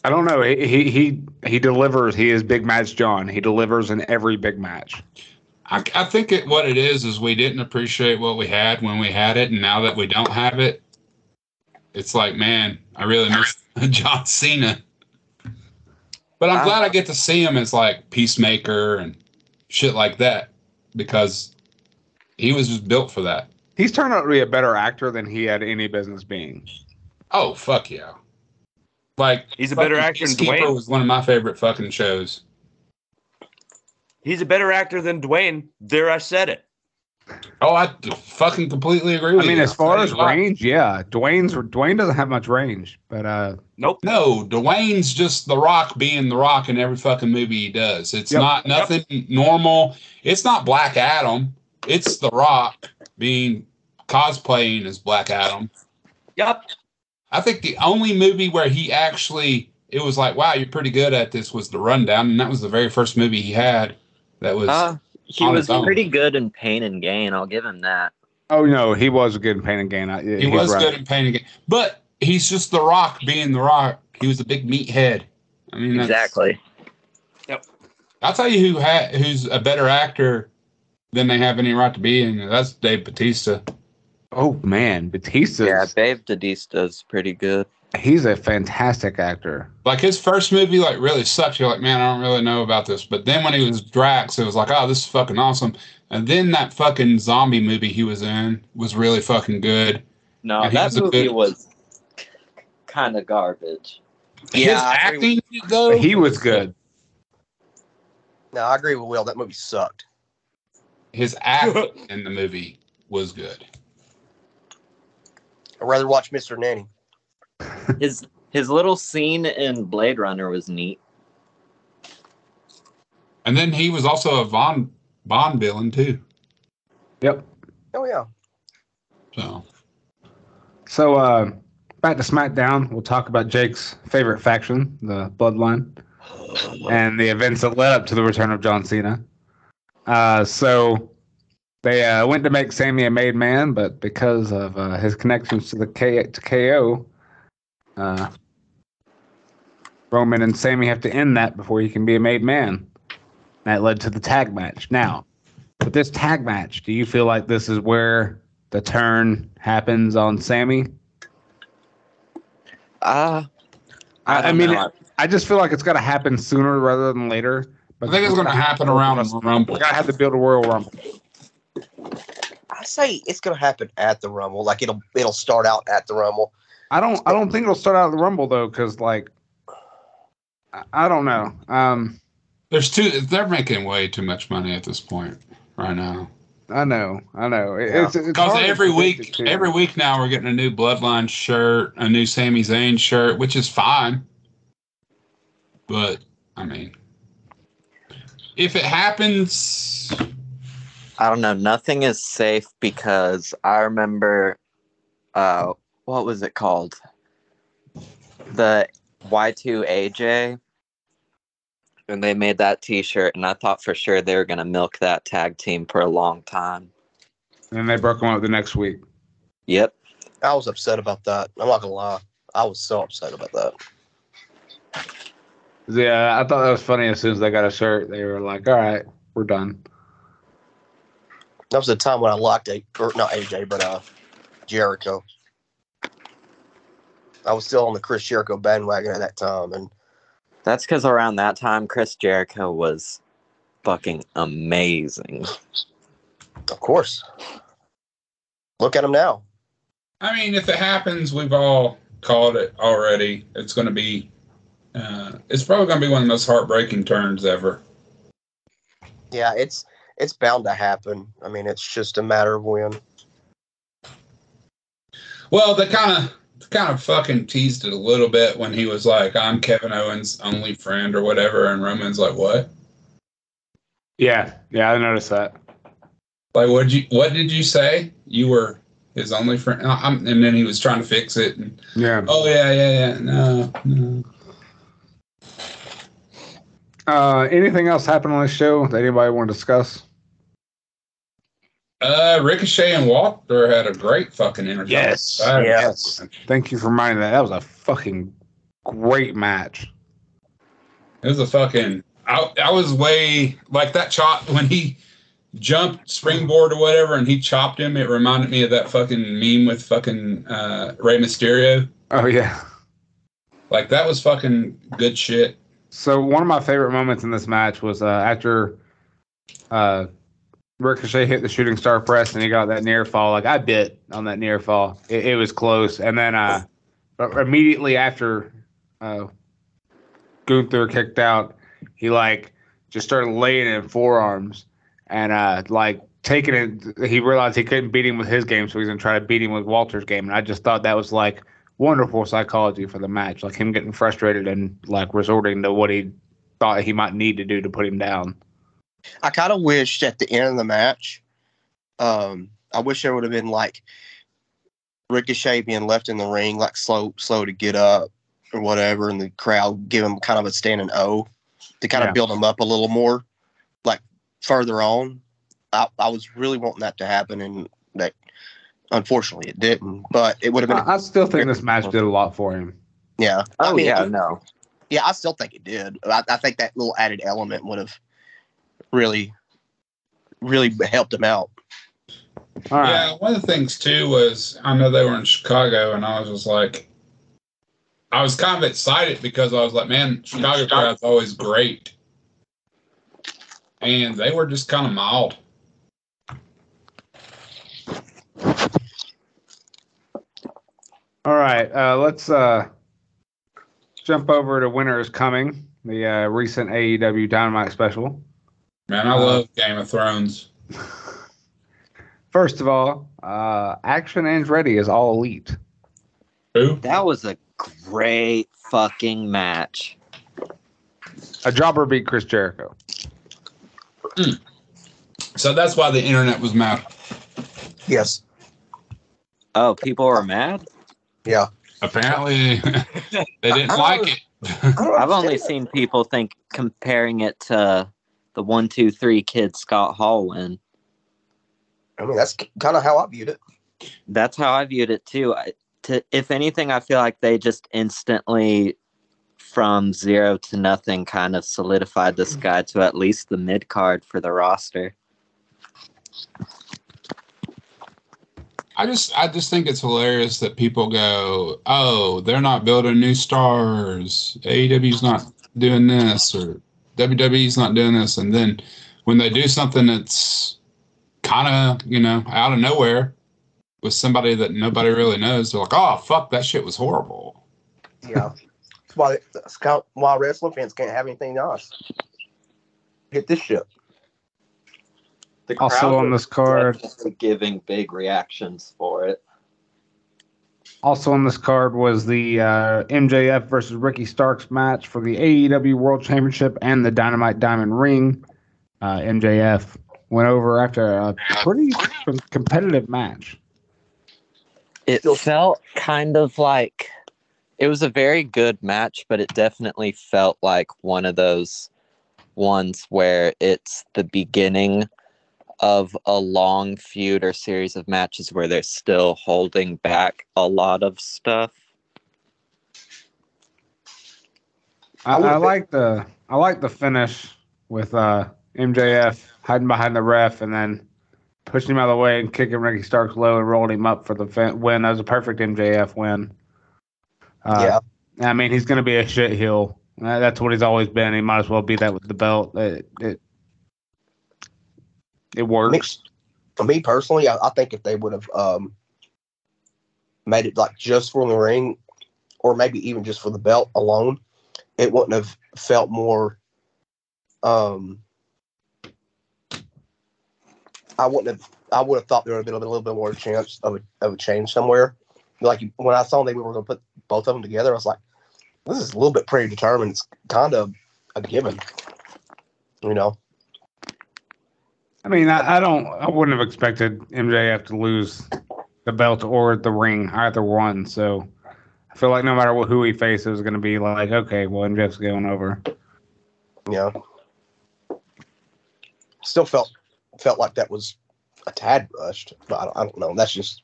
Speaker 5: I don't know. He he he, he delivers. He is big match John. He delivers in every big match.
Speaker 6: I, I think it, what it is is we didn't appreciate what we had when we had it, and now that we don't have it, it's like, man, I really miss John Cena. But I'm
Speaker 8: I-
Speaker 6: glad I get to see him as like Peacemaker and shit like that because he was just built for that.
Speaker 5: He's turned out to be a better actor than he had any business being.
Speaker 6: Oh fuck yeah! Like
Speaker 1: He's a better
Speaker 6: fucking
Speaker 1: actor than
Speaker 6: Peacekeeper
Speaker 1: Dwayne.
Speaker 6: was one of my favorite fucking shows.
Speaker 1: He's a better actor than Dwayne. There, I said it.
Speaker 6: Oh, I d- fucking completely agree with
Speaker 5: I mean,
Speaker 6: you.
Speaker 5: as far
Speaker 6: I'll
Speaker 5: as
Speaker 6: tell you why.
Speaker 5: range, yeah, Dwayne's Dwayne doesn't have much range, but uh,
Speaker 1: Nope.
Speaker 6: No, Dwayne's just The Rock being The Rock in every fucking movie he does. It's
Speaker 5: Yep.
Speaker 6: not nothing normal. It's not Black Adam. It's The Rock being cosplaying as Black Adam.
Speaker 1: Yep.
Speaker 6: I think the only movie where he actually it was like, wow, you're pretty good at this was The Rundown, and that was the very first movie he had. That was
Speaker 8: Uh, he
Speaker 6: on
Speaker 8: was
Speaker 6: his own.
Speaker 8: pretty good in Pain and Gain. I'll give him that.
Speaker 5: oh no, he was good in Pain and Gain. I,
Speaker 6: he was good in Pain Again, but he's just The Rock being The Rock. He was a big meathead. I mean, that's-
Speaker 8: Exactly.
Speaker 6: I'll tell you who ha- who's a better actor than they have any right to be, and that's Dave Batista.
Speaker 5: Oh man, Batista,
Speaker 8: Yeah, Babe Dadista's pretty good.
Speaker 5: he's a fantastic actor.
Speaker 6: Like his first movie, like really sucked. You're like, man, I don't really know about this. But then when he was Drax, it was like, oh, this is fucking awesome. And then that fucking zombie movie he was in was really fucking good.
Speaker 8: No,
Speaker 6: Yeah, he
Speaker 8: that
Speaker 6: was a
Speaker 8: movie
Speaker 6: good-
Speaker 8: was kind of garbage.
Speaker 6: His
Speaker 8: Yeah, I agree
Speaker 6: acting though,
Speaker 5: He was good.
Speaker 7: No, I agree with Will. That movie sucked.
Speaker 6: his acting in the movie was good.
Speaker 7: I'd rather watch Mr. Nanny.
Speaker 8: His his little scene in Blade Runner was neat.
Speaker 6: And then he was also a Von Bond villain too.
Speaker 5: Yep.
Speaker 7: Oh yeah.
Speaker 6: So
Speaker 5: So uh, back to SmackDown, we'll talk about Jake's favorite faction, the Bloodline, and the events that led up to the return of John Cena. Uh, so they uh, went to make Sammy a made man, but because of uh, his connections to the K- to KO, uh, Roman and Sammy have to end that before he can be a made man. That led to the tag match. Now, with this tag match, do you feel like this is where the turn happens on Sammy?
Speaker 8: Ah,
Speaker 5: I, I,
Speaker 8: don't
Speaker 5: mean,
Speaker 8: know.
Speaker 5: I just feel like it's got to happen sooner rather than later.
Speaker 6: I think it's going to happen around the Rumble.
Speaker 5: We gotta have to build a Royal Rumble.
Speaker 7: I say it's gonna happen at the Rumble. Like it'll it'll start out at the Rumble.
Speaker 5: I don't. I don't think it'll start out at the Rumble though, because like, I, I don't know. Um,
Speaker 6: There's two. They're making way too much money at this point right now.
Speaker 5: I know. I know. It- It's it's
Speaker 6: Because
Speaker 5: hard to
Speaker 6: every
Speaker 5: predict
Speaker 6: week,
Speaker 5: it, too.
Speaker 6: every week now we're getting a new Bloodline shirt, a new Sami Zayn shirt, which is fine. But I mean, if it happens,
Speaker 8: I don't know. Nothing is safe because I remember, uh, what was it called? The Y2AJ. And they made that t shirt, and I thought for sure they were going to milk that tag team for a long time.
Speaker 5: and then they broke them up the next week.
Speaker 8: Yep.
Speaker 7: I was upset about that. I'm not gonna lie. I was so upset about that.
Speaker 5: Yeah, I thought that was funny. As soon as they got a shirt, they were like, "All right, we're done."
Speaker 7: That was the time when I locked a or not AJ, but uh Jericho. I was still on the Chris Jericho bandwagon at that time, and
Speaker 8: That's because around that time, Chris Jericho was fucking amazing.
Speaker 7: of course, look at him now.
Speaker 6: I mean, if it happens, we've all called it already. It's going to be, uh, it's probably going to be one of the most heartbreaking turns ever.
Speaker 7: Yeah, it's it's bound to happen. I mean, it's just a matter of when.
Speaker 6: Well, they kind of kind of fucking teased it a little bit when he was like, "I'm Kevin Owens' only friend" or whatever, and Roman's like, "What?"
Speaker 5: Yeah, yeah, I noticed that.
Speaker 6: Like, what you? What did you say? You were his only friend, Uh, I'm- and then he was trying to fix it. And
Speaker 5: Yeah.
Speaker 6: oh yeah, yeah, yeah. No, no.
Speaker 5: Uh, anything else happened on the show that anybody want to discuss?
Speaker 6: Uh, Ricochet and Walter had a great fucking interview. Uh,
Speaker 5: Yes.
Speaker 6: I-
Speaker 1: Yeah.
Speaker 5: Yes. Thank you for reminding that. That was a fucking great match.
Speaker 6: It was a fucking. I, I was way like that chop when he jumped springboard or whatever, and he chopped him. It reminded me of that fucking meme with fucking uh, Rey Mysterio.
Speaker 5: Oh yeah.
Speaker 6: Like that was fucking good shit.
Speaker 5: So one of my favorite moments in this match was uh, after uh, Ricochet hit the shooting star press and he got that near fall. Like I bit on that near fall. It, it was close. And then uh, but immediately after uh, Gunther kicked out, he like just started laying in forearms and uh, like taking it. He realized he couldn't beat him with his game, so he's gonna try to beat him with Walter's game. And I just thought that was like wonderful psychology for the match, like him getting frustrated and like resorting to what he thought he might need to do to put him down.
Speaker 7: I kind of wished at the end of the match, um, I wish there would have been like Ricochet being left in the ring, like slow, slow to get up or whatever, and the crowd give him kind of a standing O to kind
Speaker 5: Yeah.
Speaker 7: of build him up a little more, like further on. I, I was really wanting that to happen, and that unfortunately it didn't. But it would have been,
Speaker 5: Uh, I, I still think this match did a lot for him.
Speaker 7: yeah.
Speaker 8: Oh
Speaker 7: I mean,
Speaker 8: yeah, no.
Speaker 7: yeah, I still think it did. I, I think that little added element would have really, really helped him out.
Speaker 5: All right.
Speaker 6: Yeah, one of the things too was I know they were in Chicago, and I was just like, I was kind of excited because I was like, man, Chicago crowd's always great, and they were just kind of mild.
Speaker 5: All right. Uh, let's uh, jump over to Winter is Coming, the uh, recent AEW Dynamite special.
Speaker 6: Man, I
Speaker 5: Uh,
Speaker 6: love Game of Thrones.
Speaker 5: First of all, uh, Action and Ready is all elite.
Speaker 6: Who?
Speaker 8: That was a great fucking match.
Speaker 5: A jobber beat Chris Jericho.
Speaker 6: So that's why the internet was mad.
Speaker 7: Yes.
Speaker 8: Oh, people were mad.
Speaker 6: Apparently, they didn't
Speaker 7: I- I
Speaker 6: like
Speaker 7: was-
Speaker 6: it.
Speaker 8: I've only seen people think comparing it to the one, two, three kid Scott Hall win.
Speaker 7: I mean, that's kind of how I viewed it.
Speaker 8: That's how I viewed it too. I, to, if anything, I feel like they just instantly, from zero to nothing, kind of solidified this guy to at least the mid card for the roster.
Speaker 6: I just, I just think it's hilarious that people go, "Oh, they're not building new stars. AEW's not doing this, or WWE's not doing this," and then when they do something that's kind of, you know, out of nowhere with somebody that nobody really knows, they're like, "Oh, fuck, that shit was horrible."
Speaker 7: Yeah. That's why, that's kind why wrestling fans can't have anything else. Get this shit.
Speaker 8: The
Speaker 5: Also on this card,
Speaker 8: giving big reactions for it.
Speaker 5: Also on this card was the uh, MJF versus Ricky Starks match for the AEW World Championship and the Dynamite Diamond Ring. Uh, MJF went over after a pretty com- competitive match.
Speaker 8: It
Speaker 7: Still-
Speaker 8: felt kind of like it was a very good match, but it definitely felt like one of those ones where it's the beginning of a long feud or series of matches where they're still holding back a lot of stuff.
Speaker 5: I,
Speaker 7: I would've
Speaker 5: I
Speaker 7: picked-
Speaker 5: like the I like the finish with uh, MJF hiding behind the ref and then pushing him out of the way and kicking Ricky Starks low and rolling him up for the fin- win. That was a perfect MJF win. Uh,
Speaker 7: yeah.
Speaker 5: I mean, he's going to be a shit heel. Uh, That's what he's always been. He might as well be that with the belt. It it, it works.
Speaker 7: For me personally, I, I think if they would have um, made it like just for the ring or maybe even just for the belt alone, it wouldn't have felt more. Um, I wouldn't have. I would have thought there would have been a little bit more chance of a, of a change somewhere. Like when I saw they were going to put both of them together, I was like, "This is a little bit predetermined. It's kind of a given." You know,
Speaker 5: I mean, I, I don't. I wouldn't have expected MJF to lose the belt or the ring, either one. So I feel like no matter what, who he faces, it's going to be like, okay, well, MJF's going over.
Speaker 7: Yeah. Still felt felt like that was a tad rushed, but I don't, I don't know. That's just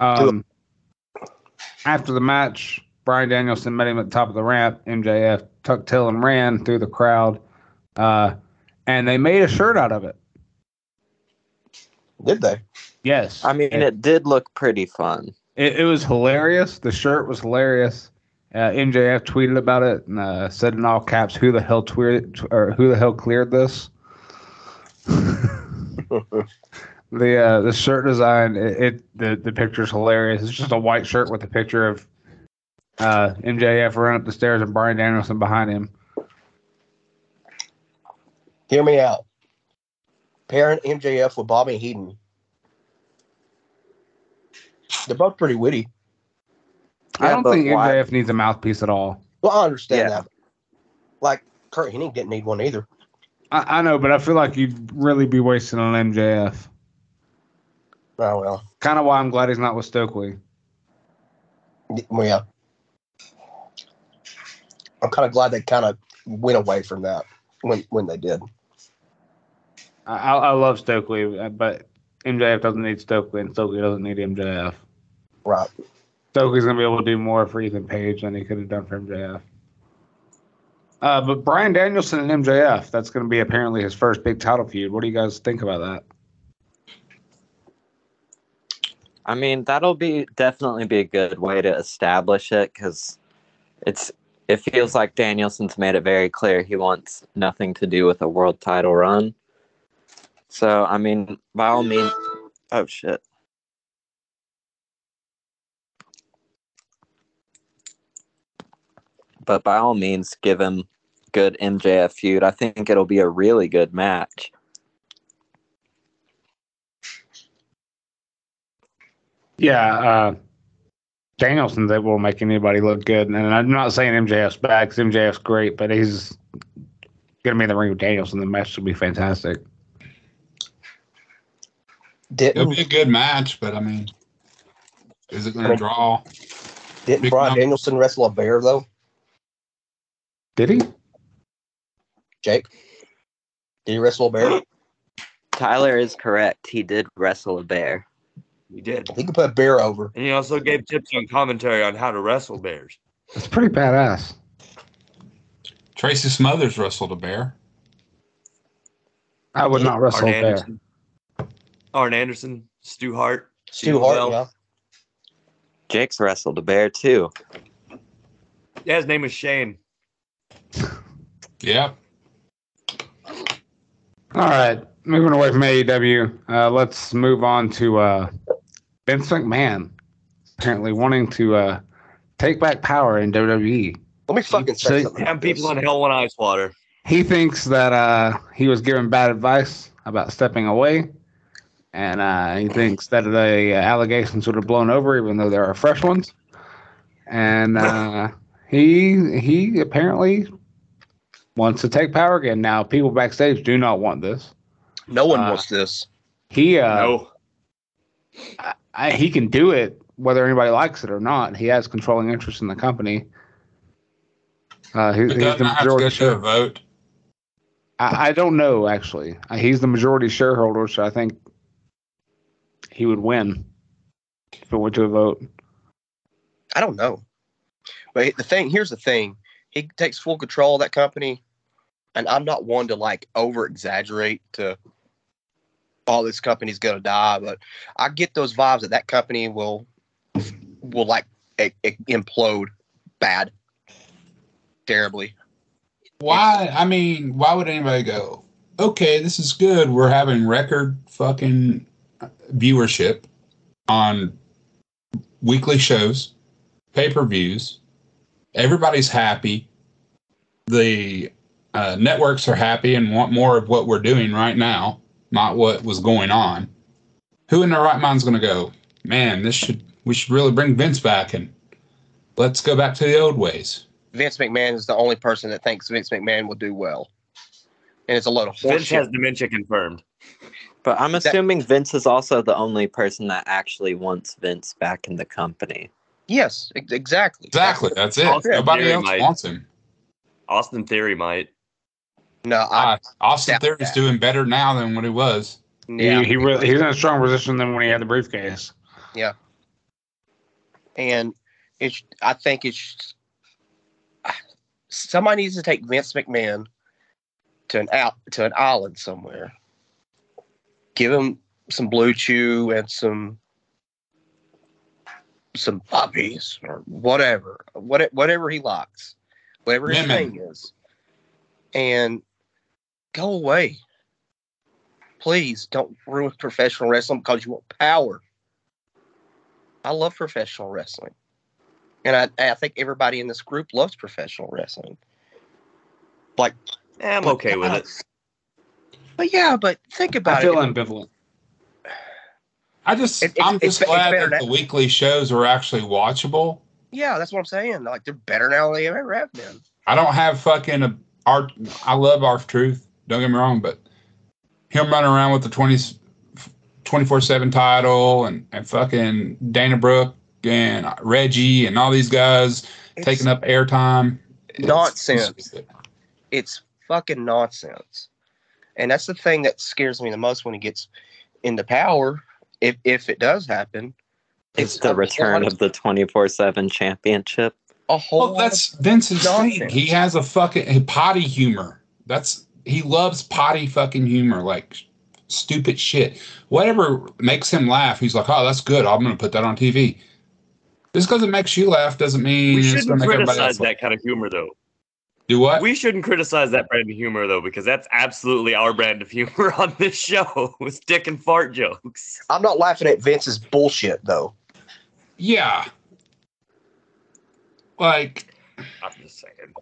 Speaker 5: Um, after the match, Brian Danielson met him at the top of the ramp. MJF tucked tail and ran through the crowd, uh, and they made a shirt out of it.
Speaker 7: did they?
Speaker 5: Yes,
Speaker 8: I mean,
Speaker 5: it,
Speaker 8: it did look pretty fun.
Speaker 5: it, it was hilarious. The shirt was hilarious. Uh, MJF tweeted about it and uh, said in all caps, "Who the hell tweeted or who the hell cleared this?" the uh, the shirt design it, it the the picture's hilarious. It's just a white shirt with a picture of uh, MJF running up the stairs and Brian Danielson behind him.
Speaker 7: Hear me out. Pairing MJF with Bobby Heaton. They're both pretty witty.
Speaker 5: I
Speaker 8: Yeah,
Speaker 5: don't
Speaker 8: but
Speaker 5: think
Speaker 8: why-
Speaker 5: MJF needs a mouthpiece at all.
Speaker 7: Well, I understand
Speaker 8: Yeah.
Speaker 7: that. Like Kurt Hennig didn't need one either.
Speaker 5: I, I know, but I feel like you'd really be wasting on MJF.
Speaker 7: Oh well.
Speaker 5: Kind of why I'm glad he's not with Stokely.
Speaker 7: D- well, Yeah. I'm kind of glad they kind of went away from that when when they did.
Speaker 5: I, I I love Stokely, uh, but MJF doesn't need Stokely, and Stokely doesn't need MJF.
Speaker 7: Right.
Speaker 5: Stokely's gonna be able to do more for Ethan Page than he could have done for MJF. Uh, but Brian Danielson and MJF, that's gonna be apparently his first big title feud. What do you guys think about that?
Speaker 8: I mean, that'll be definitely be a good way to establish it because it's it feels like Danielson's made it very clear he wants nothing to do with a world title run. So I mean, by all means, oh shit. But by all means, give him good MJF feud. I think it'll be a really good match.
Speaker 5: Yeah, uh, Danielson's that will make anybody look good, and I'm not saying MJF's back. 'cause MJF's great, but he's gonna be in the ring with Danielson. The match will be fantastic.
Speaker 6: It'll
Speaker 7: Didn't
Speaker 6: be a good match, but I mean, is it going to draw?
Speaker 7: didn't
Speaker 6: big
Speaker 7: Brian
Speaker 6: number.
Speaker 7: Danielson wrestle a bear though?
Speaker 5: Did he?
Speaker 7: Jake, did he wrestle a bear?
Speaker 8: Tyler is correct. He did wrestle a bear.
Speaker 1: We did.
Speaker 7: He could put a bear over.
Speaker 1: And he also gave tips on commentary on how to wrestle bears.
Speaker 5: That's pretty badass.
Speaker 6: Tracy Smothers wrestled a bear.
Speaker 5: I would not wrestle a
Speaker 1: Arn
Speaker 5: bear.
Speaker 1: Anderson, Arn Anderson, Stu Hart,
Speaker 7: Stu Hart,
Speaker 1: Bell.
Speaker 7: yeah.
Speaker 8: Jake's wrestled a bear too.
Speaker 1: Yeah, his name is Shane.
Speaker 6: Yep.
Speaker 5: All right, moving away from AEW, uh, let's move on to uh, Vince McMahon apparently wanting to uh, take back power in E. WWE.
Speaker 7: Let me fucking
Speaker 5: So-
Speaker 7: say something.
Speaker 1: Damn
Speaker 7: about
Speaker 1: people
Speaker 7: this.
Speaker 1: in hell want ice water.
Speaker 5: He thinks that uh, he was given bad advice about stepping away, and uh, he thinks that the uh, allegations would have blown over, even though there are fresh ones. And uh, he he apparently wants to take power again. Now, people backstage do not want this.
Speaker 7: No one
Speaker 5: Uh,
Speaker 7: wants this.
Speaker 5: He uh,
Speaker 1: no.
Speaker 5: I, he can do it whether anybody likes it or not. He has controlling interest in the company. Uh, he-
Speaker 6: It
Speaker 5: he's the
Speaker 6: doesn't have to go
Speaker 5: majority
Speaker 6: to a
Speaker 5: share-
Speaker 6: vote.
Speaker 5: I, I don't know actually. Uh, He's the majority shareholder, so I think he would win if it went to a vote.
Speaker 7: I don't know. But the thing here's the thing. He takes full control of that company, and I'm not one to like over exaggerate to all this company's gonna die, but I get those vibes that that company will will like i i- implode bad, terribly.
Speaker 6: Why? I mean, why would anybody go? Okay, this is good. We're having record fucking viewership on weekly shows, pay per views. Everybody's happy. The uh, networks are happy and want more of what we're doing right now, not what was going on. Who in their right mind's going to go? Man, this should we should really bring Vince back and let's go back to the old ways.
Speaker 7: Vince McMahon is the only person that thinks Vince McMahon will do well. and it's a load of
Speaker 1: Vince has
Speaker 7: horseshit.
Speaker 1: dementia confirmed.
Speaker 8: But I'm assuming Vince is also the only person that actually wants Vince back in the company.
Speaker 7: Yes, ex- exactly.
Speaker 6: Exactly. That's it.
Speaker 1: Austin
Speaker 6: Nobody
Speaker 1: Theory
Speaker 6: else
Speaker 1: might.
Speaker 6: wants him.
Speaker 1: Austin Theory might.
Speaker 7: No, I,
Speaker 1: Uh,
Speaker 6: Ah, Austin
Speaker 7: doubt
Speaker 6: Theory's
Speaker 7: that.
Speaker 6: doing better now than what he was.
Speaker 7: yeah.
Speaker 5: He, he really, he's in a stronger position than when he had the briefcase.
Speaker 7: and it's I think it's somebody needs to take Vince McMahon to an out to an island somewhere. Give him some blue chew and some some puppies or whatever, what, whatever he likes, whatever his
Speaker 6: Lemon.
Speaker 7: thing is, and go away. Please don't ruin professional wrestling because you want power. I love professional wrestling. And I, and I think everybody in this group loves professional wrestling.
Speaker 1: Eh, I'm okay with it.
Speaker 7: But yeah, but think
Speaker 5: I
Speaker 7: about
Speaker 5: feel
Speaker 7: it.
Speaker 5: ambivalent.
Speaker 6: I just,
Speaker 7: It- it's-
Speaker 6: I'm
Speaker 7: it's-
Speaker 6: just
Speaker 7: it's
Speaker 6: glad
Speaker 7: better
Speaker 6: that
Speaker 7: now.
Speaker 6: the weekly shows are actually watchable.
Speaker 7: Yeah, that's what I'm saying. Like they're better now than they ever have been.
Speaker 6: I don't have fucking a, our. I love our truth. Don't get me wrong, but him running around with the 20, 24-7 title and, and fucking Dana Brooke and Reggie and all these guys
Speaker 7: It's,
Speaker 6: taking up airtime. It's-
Speaker 7: Nonsense. it's fucking nonsense. And that's the thing that scares me the most when it gets into power, if if it does happen.
Speaker 8: It's the return of the 24 7 championship.
Speaker 7: a whole
Speaker 6: Well,
Speaker 7: lot of
Speaker 6: that's Vincent's thing.
Speaker 7: nonsense.
Speaker 6: He has a fucking potty humor. That's he loves potty fucking humor, like stupid shit. Whatever makes him laugh, he's like, "Oh, that's good. I'm gonna put that on TV." Just because it makes you laugh doesn't mean
Speaker 1: We
Speaker 6: it's gonna
Speaker 1: shouldn't
Speaker 6: make everybody
Speaker 1: criticize
Speaker 6: else Uh, laugh.
Speaker 1: that kind of humor, though.
Speaker 6: Do what?
Speaker 1: We shouldn't criticize that brand of humor, though, because that's absolutely our brand of humor on this show. It's dick and fart jokes.
Speaker 7: I'm not laughing at Vince's bullshit though.
Speaker 6: yeah. Like
Speaker 1: I'm just saying.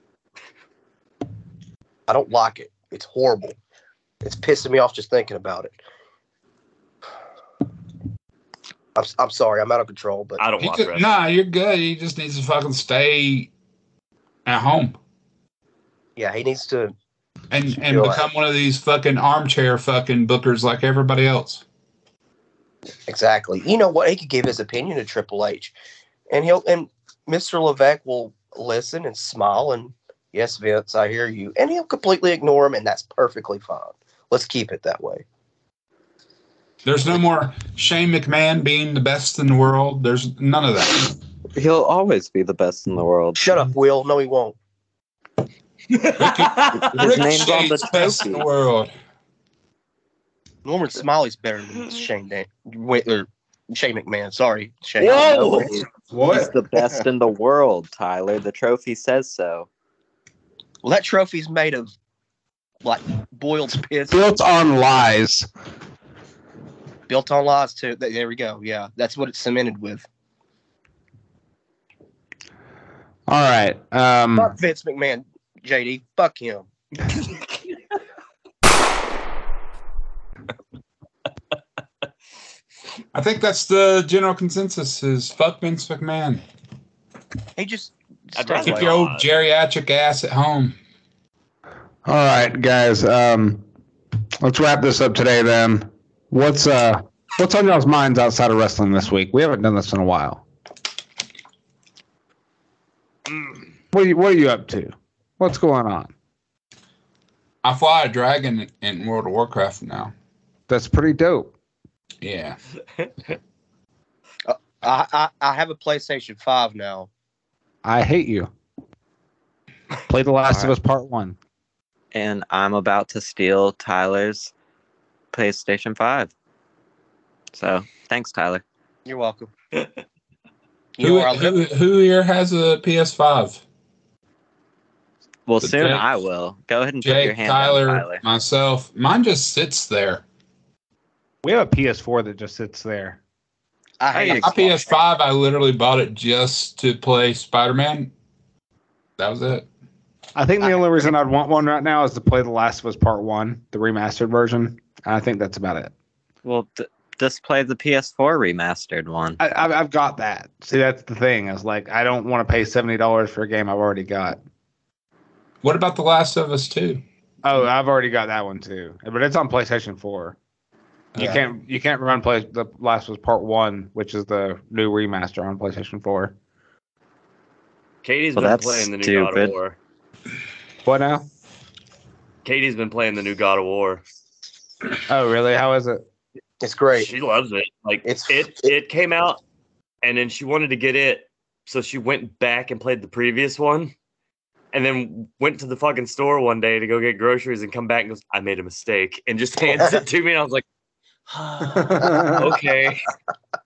Speaker 7: I don't like it. It's horrible. It's pissing me off just thinking about it. I'm, I'm sorry. I'm out of control, but
Speaker 1: I don't
Speaker 6: he
Speaker 1: watch
Speaker 6: could,
Speaker 1: wrestling.
Speaker 6: nah, you're good. He just needs to fucking stay at home
Speaker 7: yeah, he needs to.
Speaker 6: and and
Speaker 7: You're right.
Speaker 6: become one of these fucking armchair fucking bookers like everybody else.
Speaker 7: Exactly. You know what? He could give his opinion to Triple H, and he'll and Mr. Levesque will listen and smile and yes, Vince, I hear you, and he'll completely ignore him, and that's perfectly fine. Let's keep it that way.
Speaker 6: There's no more Shane McMahon being the best in the world. There's none of that.
Speaker 8: He'll always be the best in the world.
Speaker 7: Shut up, Will. No, he won't.
Speaker 8: His
Speaker 6: Rick
Speaker 8: name's on the
Speaker 6: Shane's best in the
Speaker 8: trophy.
Speaker 6: world.
Speaker 7: Norman Smiley's better than Shane Dan- Wait, or Shane McMahon. Sorry, Shane.
Speaker 1: Whoa!
Speaker 8: He's the best in the world, Tyler. The trophy says so.
Speaker 7: Well, that trophy's made of like boiled pits
Speaker 5: Built on lies.
Speaker 7: built on lies too. Th- There we go. Yeah, that's what it's cemented with.
Speaker 5: All right. Um,
Speaker 7: Fuck Vince McMahon, JD. Fuck him.
Speaker 6: I think that's the general consensus is fuck Vince McMahon.
Speaker 7: He just
Speaker 1: I'd
Speaker 7: stay
Speaker 1: rather
Speaker 6: Keep
Speaker 7: away.
Speaker 1: Like,
Speaker 6: your old
Speaker 1: uh,
Speaker 6: geriatric ass at home.
Speaker 5: All right, guys. Um, let's wrap this up today. Then, what's uh, what's on y'all's minds outside of wrestling this week? We haven't done this in a while. What are you, what are you up to? What's going on?
Speaker 6: I fly a dragon in World of Warcraft now.
Speaker 5: That's pretty dope.
Speaker 6: Yeah.
Speaker 7: I, I I have a PlayStation Five now.
Speaker 5: I hate you. Play The Last of Us Part One.
Speaker 8: And I'm about to steal Tyler's PlayStation 5. So thanks, Tyler.
Speaker 7: You're welcome.
Speaker 6: Who,
Speaker 7: You are
Speaker 6: who,
Speaker 7: li-
Speaker 6: who here has a PS5?
Speaker 8: Well,
Speaker 6: But
Speaker 8: soon
Speaker 6: Jake-
Speaker 8: I will. Go ahead and put your
Speaker 6: Jake,
Speaker 8: hand
Speaker 6: Tyler,
Speaker 8: up, Tyler.
Speaker 6: myself. Mine just sits there.
Speaker 5: We have a PS4 that just sits there.
Speaker 7: I
Speaker 1: Hey,
Speaker 7: hate
Speaker 6: My
Speaker 7: Xbox.
Speaker 6: PS5, I literally bought it just to play Spider Man. That was it.
Speaker 5: I think the only reason I'd want one right now is to play The Last of Us Part One, the remastered version. I think that's about it.
Speaker 8: Well, d- just play the PS4 remastered one.
Speaker 5: I, I've, I've got that. See, that's the thing. Is like I don't want to pay seventy dollars for a game I've already got.
Speaker 6: What about The Last of Us 2?
Speaker 5: Oh, I've already got that one too, but it's on PlayStation Four. You
Speaker 6: Yeah.
Speaker 5: can't you can't run play the last was part one, which is the new remaster on PlayStation Four.
Speaker 1: Katie's
Speaker 8: Well,
Speaker 1: been
Speaker 8: that's
Speaker 1: playing the new God
Speaker 8: stupid.
Speaker 1: of War.
Speaker 5: What now?
Speaker 1: Katie's been playing the new God of War.
Speaker 5: Oh, really? How is it?
Speaker 7: It's great.
Speaker 1: She loves it. Like
Speaker 7: It's-
Speaker 1: it it came out and then she wanted to get it. So she went back and played the previous one. And then went to the fucking store one day to go get groceries and come back and goes, I made a mistake. And just hands it to me. And I was like, okay.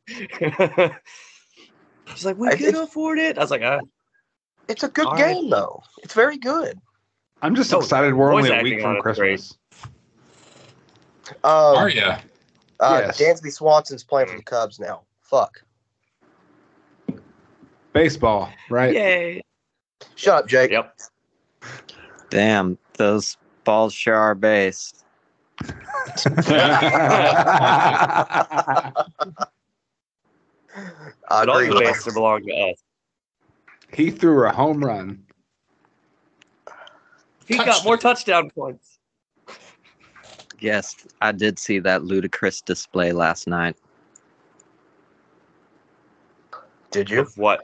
Speaker 1: She's like, we
Speaker 7: I
Speaker 1: could
Speaker 7: think-
Speaker 1: afford it. I was like, uh,
Speaker 7: It's a good
Speaker 1: All right.
Speaker 7: game though. It's very good.
Speaker 5: I'm just
Speaker 1: Oh,
Speaker 5: excited. We're
Speaker 1: voice
Speaker 5: only a
Speaker 1: acting
Speaker 5: week
Speaker 1: on
Speaker 5: from
Speaker 1: it's great.
Speaker 5: Christmas.
Speaker 8: Oh.
Speaker 7: Um,
Speaker 6: Are ya?
Speaker 7: uh,
Speaker 5: Yes.
Speaker 7: Dansby Swanson's playing for the Cubs now. Fuck.
Speaker 5: Baseball, right?
Speaker 1: yay.
Speaker 7: Shut up, Jake.
Speaker 1: Yep.
Speaker 8: Damn, those balls sure are based.
Speaker 7: I
Speaker 1: But all
Speaker 7: agree
Speaker 1: the
Speaker 7: with you.
Speaker 1: bastards belong to us.
Speaker 5: he threw a home run.
Speaker 1: He got
Speaker 6: Touchdown.
Speaker 1: more touchdown points.
Speaker 8: Yes, I did see that ludicrous display last night.
Speaker 7: Did you?
Speaker 1: Of what?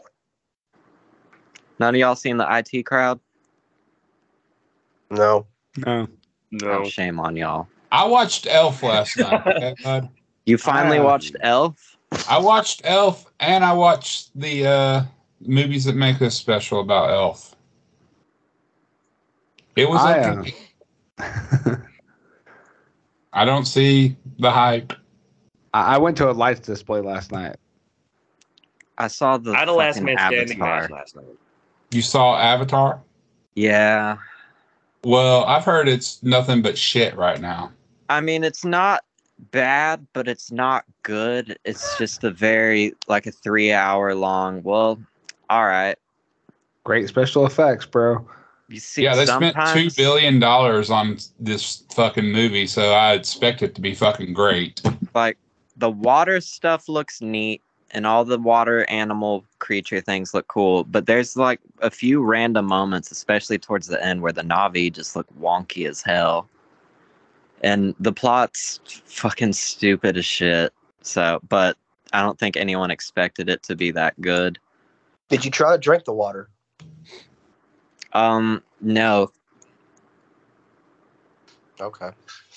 Speaker 8: None of y'all seen the IT crowd?
Speaker 7: No.
Speaker 4: No.
Speaker 8: Oh,
Speaker 1: No.
Speaker 8: shame on y'all.
Speaker 6: I watched Elf last night. okay, bud?
Speaker 8: You finally
Speaker 1: Ah.
Speaker 5: Um,
Speaker 8: watched Elf?
Speaker 6: I watched Elf and I watched the uh, movies that make us special about Elf. It was.
Speaker 5: I,
Speaker 6: I, I don't see the hype.
Speaker 5: I I went to a lights display last night.
Speaker 8: I saw the
Speaker 1: I had a last
Speaker 8: fucking
Speaker 1: man standing match
Speaker 8: Avatar.
Speaker 1: last night.
Speaker 6: You saw Avatar?
Speaker 8: Yeah,
Speaker 6: Well, I've heard it's nothing but shit right now.
Speaker 8: I mean it's not bad, but it's not good. It's just a very like a three hour long. Well, all right.
Speaker 5: Great special effects, bro.
Speaker 8: You see,
Speaker 6: yeah, they
Speaker 8: sometimes
Speaker 6: spent two billion dollars on this fucking movie, so I expect it to be fucking great.
Speaker 8: like the water stuff looks neat and all the water animal creature things look cool but there's like a few random moments especially towards the end where the navi just look wonky as hell and the plot's fucking stupid as shit so but i don't think anyone expected it to be that good
Speaker 7: Did you try to drink the water?
Speaker 8: um no
Speaker 7: Okay.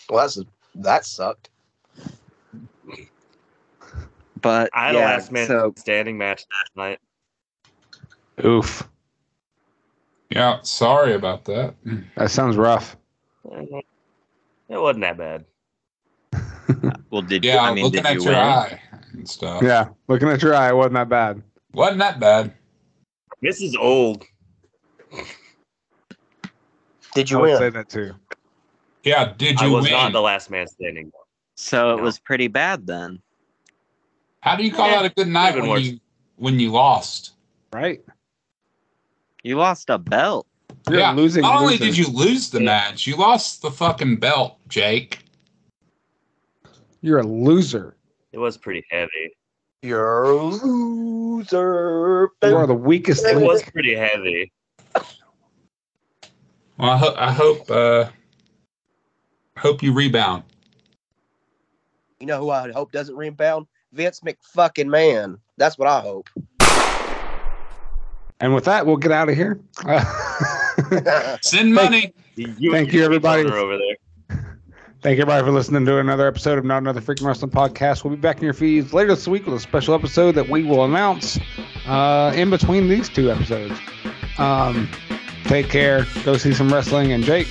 Speaker 7: Well, that's that sucked.
Speaker 8: but
Speaker 1: I had
Speaker 8: yeah,
Speaker 1: a last man
Speaker 8: so
Speaker 1: standing match last night.
Speaker 5: Oof.
Speaker 6: Yeah, sorry about that.
Speaker 5: That sounds rough.
Speaker 1: Mm-hmm. It wasn't that bad.
Speaker 8: well did you
Speaker 6: Yeah,
Speaker 8: i
Speaker 6: I'm
Speaker 8: mean
Speaker 6: looking
Speaker 8: did
Speaker 6: at
Speaker 8: you
Speaker 6: your
Speaker 8: win
Speaker 6: eye and stuff.
Speaker 5: Yeah. Looking at your eye, it wasn't that bad.
Speaker 6: wasn't that bad.
Speaker 1: This is old.
Speaker 7: Did
Speaker 5: I
Speaker 7: you
Speaker 5: would
Speaker 7: win?
Speaker 5: say that too.
Speaker 6: Yeah, did
Speaker 1: I
Speaker 6: you
Speaker 1: was
Speaker 6: win?
Speaker 1: not the last man standing.
Speaker 8: so it
Speaker 1: No.
Speaker 8: was pretty bad then
Speaker 6: How do you call
Speaker 1: Yeah,
Speaker 6: that a good night
Speaker 1: could've
Speaker 6: when
Speaker 1: been worse.
Speaker 6: you when you lost?
Speaker 5: Right?
Speaker 8: you lost a belt
Speaker 5: You're
Speaker 6: yeah,
Speaker 5: losing.
Speaker 6: not only
Speaker 5: losing.
Speaker 6: did you lose the match, you lost the fucking belt, Jake.
Speaker 5: You're a loser.
Speaker 1: It was pretty heavy.
Speaker 7: You're a loser.
Speaker 5: You are the weakest
Speaker 1: It
Speaker 5: link.
Speaker 1: was pretty heavy.
Speaker 6: Well, I, ho- I hope uh, hope you rebound.
Speaker 7: You know who I hope doesn't rebound? Vince McFucking Man. That's what I hope.
Speaker 5: And with that, we'll get out of here. Uh,
Speaker 6: Send money.
Speaker 1: You-
Speaker 5: Thank you, everybody.
Speaker 1: you're Over there.
Speaker 5: Thank you, everybody, for listening to another episode of Not Another Freaking Wrestling Podcast. We'll be back in your feeds later this week with a special episode that we will announce uh, in between these two episodes. Um, take care. Go see some wrestling. And Jake,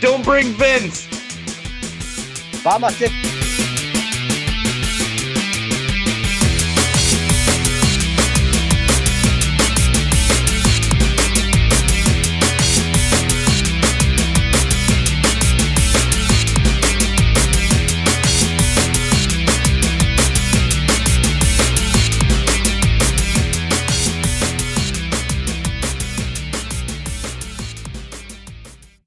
Speaker 1: Don't bring Vince.
Speaker 7: Buy my ticket.